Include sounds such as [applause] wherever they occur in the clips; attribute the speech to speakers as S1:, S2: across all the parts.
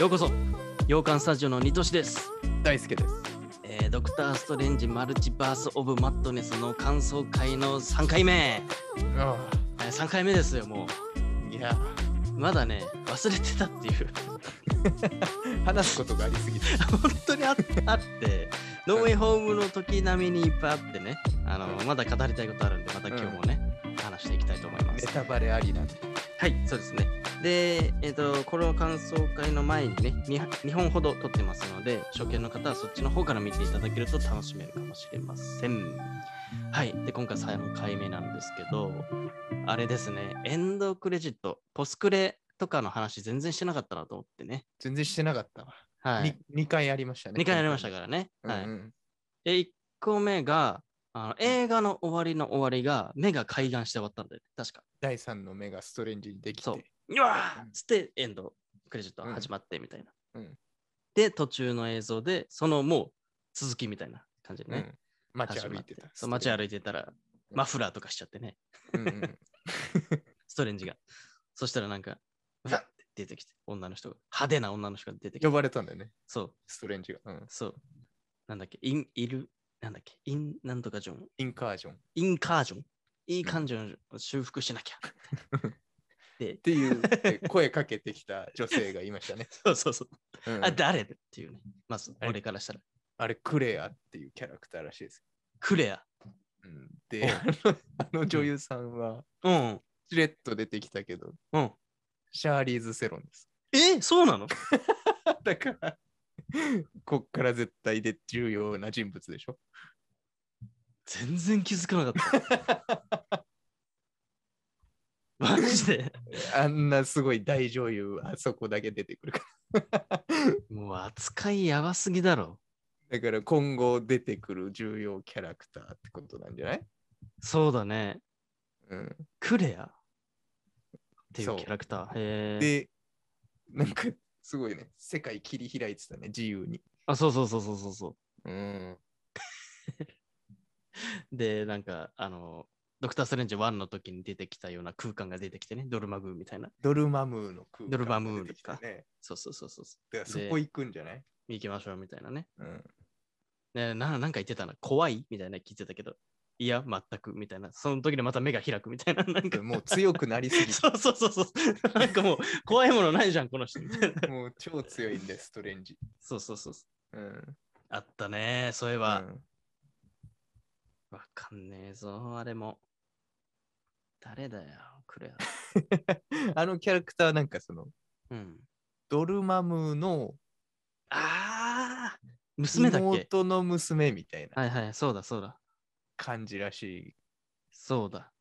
S1: ようこそ洋館スタジオのニトシです、
S2: 大輔です。
S1: えードクターストレンジマルチバースオブマットネスの感想会の3回目、
S2: あ
S1: えー3回目ですよも
S2: あ、いや、
S1: うまだね忘れてたっていう [laughs]
S2: 話すことがありすぎて。
S1: 本当にああってノーウェイホームの時並みにいっぱいあってねあのまだ語りたいことあるんでまた今日もね、話していきたいと思いま
S2: ネ
S1: す
S2: タバレありなんで。
S1: はい、そうですね。で、えっ、と、この感想会の前にね、2本ほど撮ってますので、初見の方はそっちの方から見ていただけると楽しめるかもしれません。はい、で、今回3回目なんですけど、あれですね、エンドクレジット、ポスクレとかの話全然してなかったなと思ってね。
S2: 全然してなかったわ。
S1: はい。
S2: に 2, 回ありましたね。
S1: 2回やりましたからね。
S2: うんう
S1: はい。
S2: ん
S1: で、1個目が、あの映画の終わりの終わりが目が開眼して終わったんだよね、確か。
S2: 第3の目がストレンジにできて。
S1: そううわ
S2: う
S1: ー
S2: ん
S1: つってエンドクレジットが始まってみたいな。
S2: うん
S1: で途中の映像でそのもう続きみたいな感じで
S2: う
S1: ね、
S2: ん。街
S1: 始
S2: 歩
S1: ま
S2: い
S1: って
S2: た。
S1: そう街歩いてたらマフラーとかしちゃってね
S2: うんうん
S1: ストレンジがそしたらなんかうわって出てきて女の人が派手な女の人が出てき
S2: 呼
S1: て
S2: ばれたんだよね、
S1: そう
S2: ストレンジが。うん、
S1: そうなんだっけインいるなんだっけインなんとかジョン
S2: インカージョンっ
S1: インカージョンいい感情を修復しなきゃで
S2: ていうえ
S1: [laughs]
S2: 声かけてきた女性がいましたね。
S1: そうそうそう、
S2: う
S1: [laughs]
S2: ん
S1: あ誰っていうねまず
S2: はい
S1: 俺からしたら
S2: あれ、クレアっていうキャラクターらしいです。
S1: クレア
S2: うん、で、あのあの女優さんは、
S1: うん
S2: しれっと出てきたけど、
S1: うん
S2: シャーリーズ・セロンです。
S1: えそうなの
S2: だから、こっから絶対で重要な人物でしょ。
S1: 全然気づかなか [laughs] った。マジで
S2: あんなすごい大女優、あそこだけ出てくるから。
S1: もう扱いやばすぎだろ。
S2: だから今後出てくる重要キャラクターってことなんじゃない
S1: そうだね。
S2: うん。
S1: クレアってい
S2: そうう
S1: キャラクター。へえ。
S2: で、なんかすごいね、世界切り開いてたね、自由に。
S1: あ、そうそうそうそうそうそ
S2: うん。
S1: う。で、なんか、あの、ドクター・ストレンジ1の時に出てきたような空間が出てきてね、ドルマグーみたいな。
S2: ドルマムーの空間
S1: ドルマムー
S2: が出てきたね。
S1: そうそうそうそうそ。
S2: だからそこ行くんじゃないう
S1: 行きましょうみたいなね。
S2: うん。
S1: ねななんか言ってたな。怖いみたいな聞いてたけど、いや、全くみたいな。その時でまた目が開くみたいな。
S2: [laughs]
S1: なんか [laughs]
S2: もう強くなりすぎ
S1: そうそうそうそう。なんかもう怖いものないじゃん、この人。
S2: て、もう超強いんです、ストレンジ。
S1: そうそうそう。
S2: うん。
S1: あったね、そういえば。わ、
S2: うん
S1: かんねえぞ、あれも。誰だよ、クレ
S2: あのキャラクターなん [laughs] かその、
S1: ア。うん。
S2: ドルマムーの
S1: ああ娘だっけ
S2: 妹の娘みたいな
S1: はいはい、そうだそうだ。
S2: 感じらし
S1: そうだ。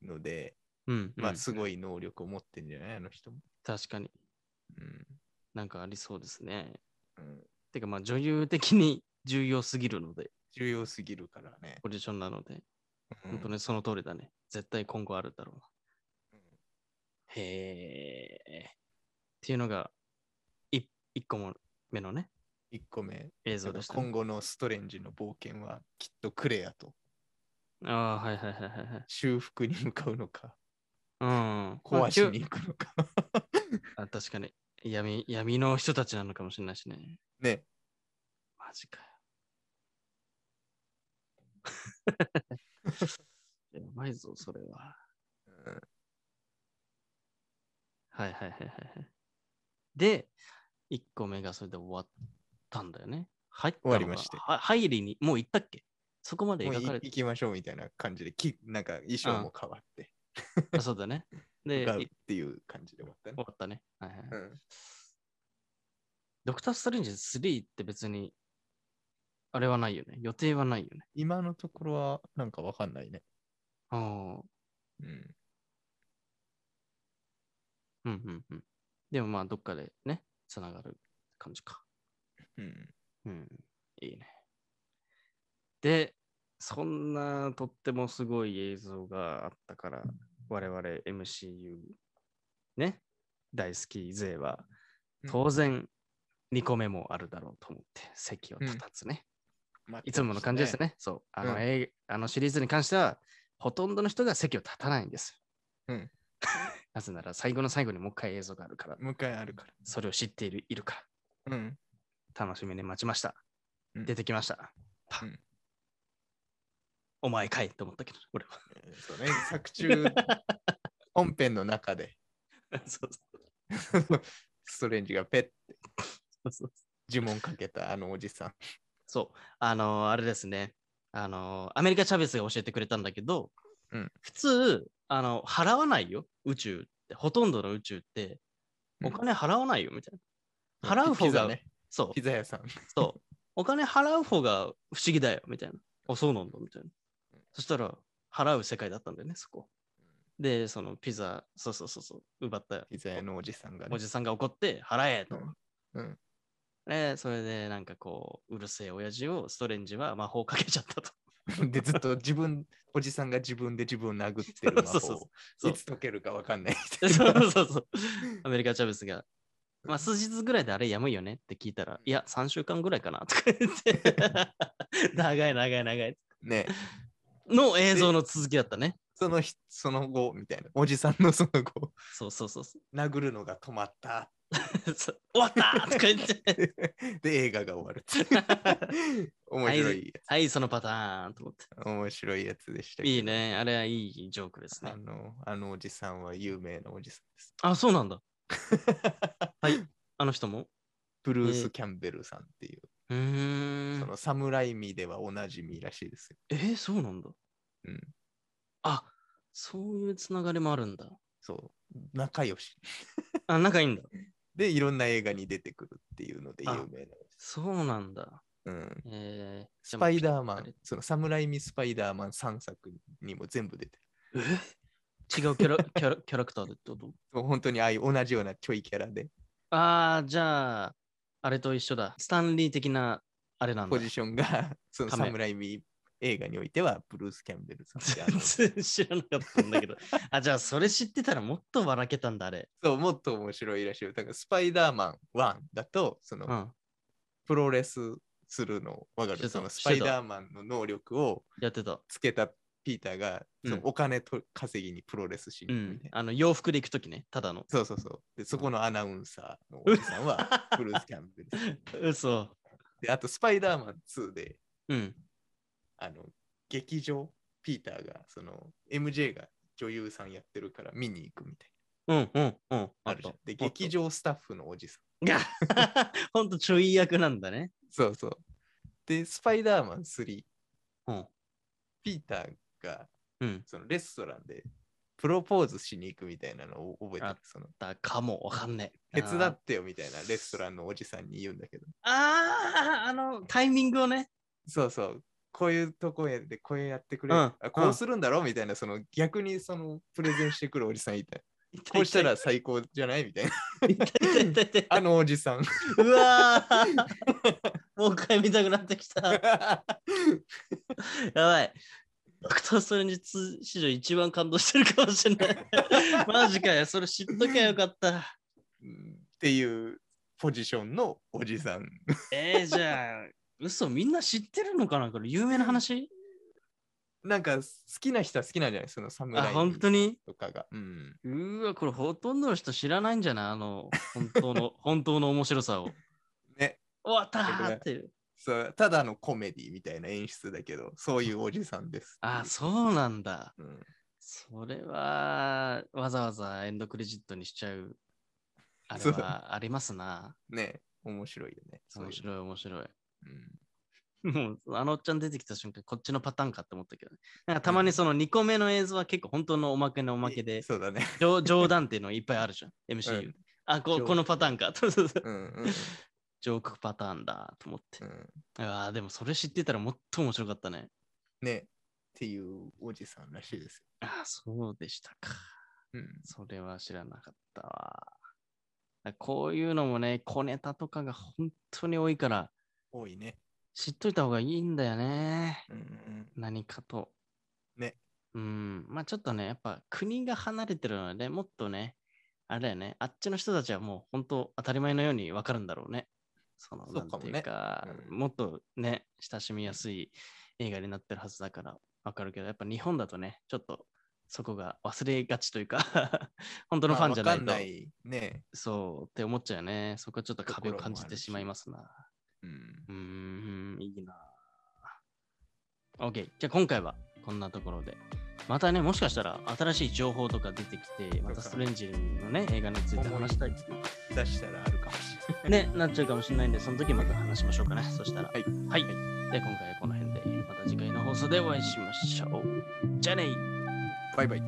S2: いので、
S1: うん、
S2: ま
S1: う
S2: あ
S1: ん
S2: すごい能力を持ってんじゃないあの人も。
S1: 確かに
S2: うん
S1: なんかありそうですね。
S2: うん、
S1: てかまあ女優的に重要すぎるので、
S2: 重要すぎるからね。
S1: ポジションなので、
S2: うん
S1: 本当にその通りだね。絶対今後あるだろうな。
S2: うん
S1: へえ。っていうのが、い一個も目のね、
S2: 一個目、
S1: 映像でしたね、
S2: 今後のストレンジの冒険はきっとクレアと
S1: ああ、はいはいはいはいはい。
S2: 修復に向かうのか、
S1: うん。
S2: 壊し
S1: ま
S2: に行くのか。
S1: あ。あ確かに闇。闇の人たちなのかもしれないしね。
S2: [laughs] ね、
S1: マジ
S2: [laughs]
S1: かよ。やばいぞ、それは。
S2: うん
S1: はいはいはいはいはい。で、1個目がそれで終わったんだよね。入ったのが
S2: 終わりまして
S1: は入りに、もう行ったっけそこまで
S2: もうい
S1: 描かれて
S2: 行きましょうみたいな感じで、きなんか衣装も変わって、
S1: あそうだね。
S2: [laughs]
S1: で、
S2: 向かうっ
S1: い
S2: ていう感じで終わったね
S1: 終。わったね。はいはいはい
S2: うん
S1: ドクター・ストレンジ3って別に、あれはないよね。予定はないよね。
S2: 今のところはなんかわかんないね。
S1: ああ、
S2: うん
S1: うんうんうん。でもまあ、どっかでね、つながる感じか。
S2: うん
S1: うん、いいね。で、そんなとってもすごい映像があったから、我々 MCU、ね、大好き勢は
S2: う、ん
S1: 当然、2個目もあるだろうと思って、席を立たつね。
S2: まあ
S1: いつもの感じです。ね。そう。あの、映画あのシリーズに関しては、ほとんどの人が席を立たないんです。
S2: うん
S1: [laughs] なぜなら最後の最後にもう一回映像があるから、
S2: もう一回あるか
S1: それを知っているいるから。
S2: ら。うん。
S1: 楽しみに待ちました。
S2: うん
S1: 出てきました。パン
S2: うん
S1: お前かいと思ったけど、俺は。 [laughs]
S2: そうね、作中、本編の中で、
S1: そう
S2: ストレンジがペッ
S1: そうそう。
S2: 呪文かけたあのおじさん。
S1: そう、あのーあれですね。あのーアメリカ・チャベスが教えてくれたんだけど、
S2: うん
S1: 普通、あの、払わないよ、宇宙って。ほとんどの宇宙って、
S2: うん
S1: お金払わないよ、みたいな。払う方
S2: ピザ
S1: が、
S2: ね。
S1: そう
S2: ピ、ザ屋さん。
S1: そう。お金払う方が不思議だよ、みたいな。あ、そうなんだ、みたいな。そしたら、払う世界だったんだよね、そこ。で、そのピザ、そうそうそうそう、奪った
S2: ピザ屋のおじさんが、ね
S1: お。じさんが怒って、払えと。
S2: うん
S1: で、それで、なんかこう、うるせえ親父をストレンジは魔法かけちゃった
S2: [laughs]
S1: と。
S2: で、ずっと自分、おじさんが自分で自分を殴ってる魔
S1: そうそう
S2: 法
S1: そ
S2: を
S1: う
S2: いつ解けるかわかんないみた
S1: そ
S2: いな。
S1: うそうそう。アメリカ・チャベスが。まあ、数日ぐらいであれやむよねって聞いたら、いや、3週間ぐらいかなとか言って、
S2: [laughs]
S1: 長い長い長い。
S2: ね。
S1: の映像の続きだったね。
S2: その日、その後、みたいな。おじさんのその後、
S1: そうそうそうそう。
S2: 殴るのが止まった。
S1: [laughs] そう終わったとか言って、 [laughs]
S2: で、映画が終わるっていう。面白いや
S1: はい、そのパターンと思っ
S2: つ、面白いやつでした
S1: て。
S2: けど
S1: いい。ね、あれはいいジョークですね
S2: あ。の、あのおじさんは有名なおじさんです。
S1: あ、そうなん
S2: [laughs]
S1: だ。はい、あの人も。
S2: ブルー
S1: えー
S2: ス・キャンベルさんっていう、
S1: うー
S2: そ
S1: ん。
S2: の侍味ではおなじみらしいですよ。
S1: えーそうなんだ。
S2: うん。
S1: あ、そういうつながりもあるんだ。
S2: そう。仲良し。
S1: あ、仲いいんだ。
S2: で、いろんな映画に出てくるっていうので有
S1: あ
S2: 名な。
S1: そうなんだ。
S2: うん。
S1: えー、
S2: スパイダーマ
S1: あれ
S2: ン、その侍味スパイダーマン3作にも全部出てる。
S1: え違うキャラキャラキャラクターでってこと
S2: もう本当にああいう同じようなちょいキャラで、
S1: ああ、じゃあ、あれと一緒だ。スタンリー的なあれなんだ
S2: ポ。ジションが、
S1: [laughs]
S2: その
S1: 仮面
S2: 侍味映画においてはブルース・キャンベルさん
S1: [laughs]
S2: であの。
S1: 全然知らなかったんだけど。あ、じゃあ、それ知ってたらもっと笑けたんだ、あれ。
S2: そう、もっと面白いらしいよ。だからスパイダーマン1だと、その、
S1: うん。プ
S2: プロレスするのわか
S1: して
S2: る
S1: た
S2: その
S1: して
S2: ス
S1: た
S2: パイダーマンの能力を
S1: やってた。
S2: つけたピーターが、
S1: うん
S2: そのお金と稼ぎにプロレスし
S1: う
S2: に行くみ
S1: ん
S2: たい。な。
S1: あの、洋服で行くときね、ただの。
S2: そうそうそう。で、そこのアナウンサーのおじさんは、ブルース・キャンベルさん。
S1: 嘘。
S2: で、あと、スパイダーマン2で、
S1: うん。
S2: あの、劇場、ピーターが、その、MJ が女優さんやってるから見に行くみたい
S1: うんうんうん。
S2: な。
S1: あ
S2: あ
S1: る
S2: るじゃん。で、劇場スタッフのおじさん。
S1: が、 [laughs] ほんとちょい役なんだね。
S2: そうそう。で、スパイダーマン3、
S1: うん。
S2: ピーターが、
S1: うん。
S2: そのレストランでプロポーズしに行くみたいなのを覚えて
S1: あ
S2: る。その
S1: だかも、わかんねえ。
S2: 手伝ってよみたいなレストランのおじさんに言うんだけど。
S1: あーあー、あの、タイミングをね。
S2: そうそう。こういうとこやでこうやってくれ、
S1: うん
S2: あこ
S1: う
S2: うんするんだろみたいな、その逆にそのプレゼンしてくるおじさん
S1: [laughs]
S2: いた。こうしたら最高じゃないみたいな。
S1: 痛い痛い痛い痛い
S2: あのおじさん。
S1: うわー [laughs] もう一回見たくなってきた。やばい。ドクター・ストレンジ2史上一番感動してるかもしれ
S2: [laughs]
S1: ない。マジかよ、それ知っときゃよかった。
S2: うんっていうポジションのおじさん。
S1: えー、じゃあ、嘘、みんな知ってるのかなこれ有名な話
S2: なんか好きな人は好きなんじゃないその
S1: あ、
S2: 侍
S1: 本当に
S2: とかが。うん。
S1: うーわ、これほとんどの人知らないんじゃないあの、本当 [laughs] の、本当の面白さを。
S2: ね。
S1: 終わったーっていう。
S2: そうただのコメディみたいな演出だけど、そういうおじさんです。
S1: あ、そうなんだ。
S2: う。うん、
S1: それは、わざわざエンドクレジットにしちゃう、あれ
S2: そう
S1: はありますな。
S2: ね面白いよね。そういう
S1: 面白い、面白い。
S2: うん
S1: もう、あのおっちゃん出てきた瞬間、こっちのパターンかって思ったけど、ね、なんかたまにその2個目の映像は結構本当のおまけのおまけで、
S2: そうだね。
S1: 冗冗談っていうのいっぱいあるじゃん、MCU。
S2: うん
S1: あこ、
S2: 冗
S1: このパターンか。そうそうそう
S2: うんうん
S1: ジョークパターンだと思って
S2: う。ん、
S1: ああ、でもそれ知ってたらもっと面白かったね。
S2: ねっていうおじさんらしいです
S1: ああ、そうでしたか。
S2: よ。
S1: それは知らなかったわ。あこういうのもね、小ネタとかが本当に多いから、
S2: うん、多いね。
S1: 知っといた方がいいんだよね。
S2: うんうん、
S1: 何かと。
S2: ね。
S1: うん。まあちょっとね、やっぱ国が離れてるので、もっとね、あれだよね、あっちの人たちはもう本当当たり前のように分かるんだろうね。その、
S2: そう
S1: なん
S2: かも
S1: て
S2: ね
S1: いうか、
S2: う
S1: もっとね、親しみやすい映画になってるはずだから分かるけど、やっぱ日本だとね、ちょっとそこが忘れがちというか、 [laughs] 本当のファンじゃないと、
S2: まあわかんないね。
S1: そうって思っちゃうよね。そこはちょっと壁を感じてしまいますな。
S2: うん
S1: うーん、いいな。OK。じゃあ今回はこんなところで。またね、もしかしたら新しい情報とか出てきて、またストレンジのね、映画について話したいっていう
S2: 出したらあるかもしれない。
S1: ね、なっちゃうかもしれないんで、その時また話しましょうかね。そしたら。
S2: はい。
S1: はい。で、今回はこの辺で、また次回の放送でお会いしましょう。じゃあね
S2: バイバイ。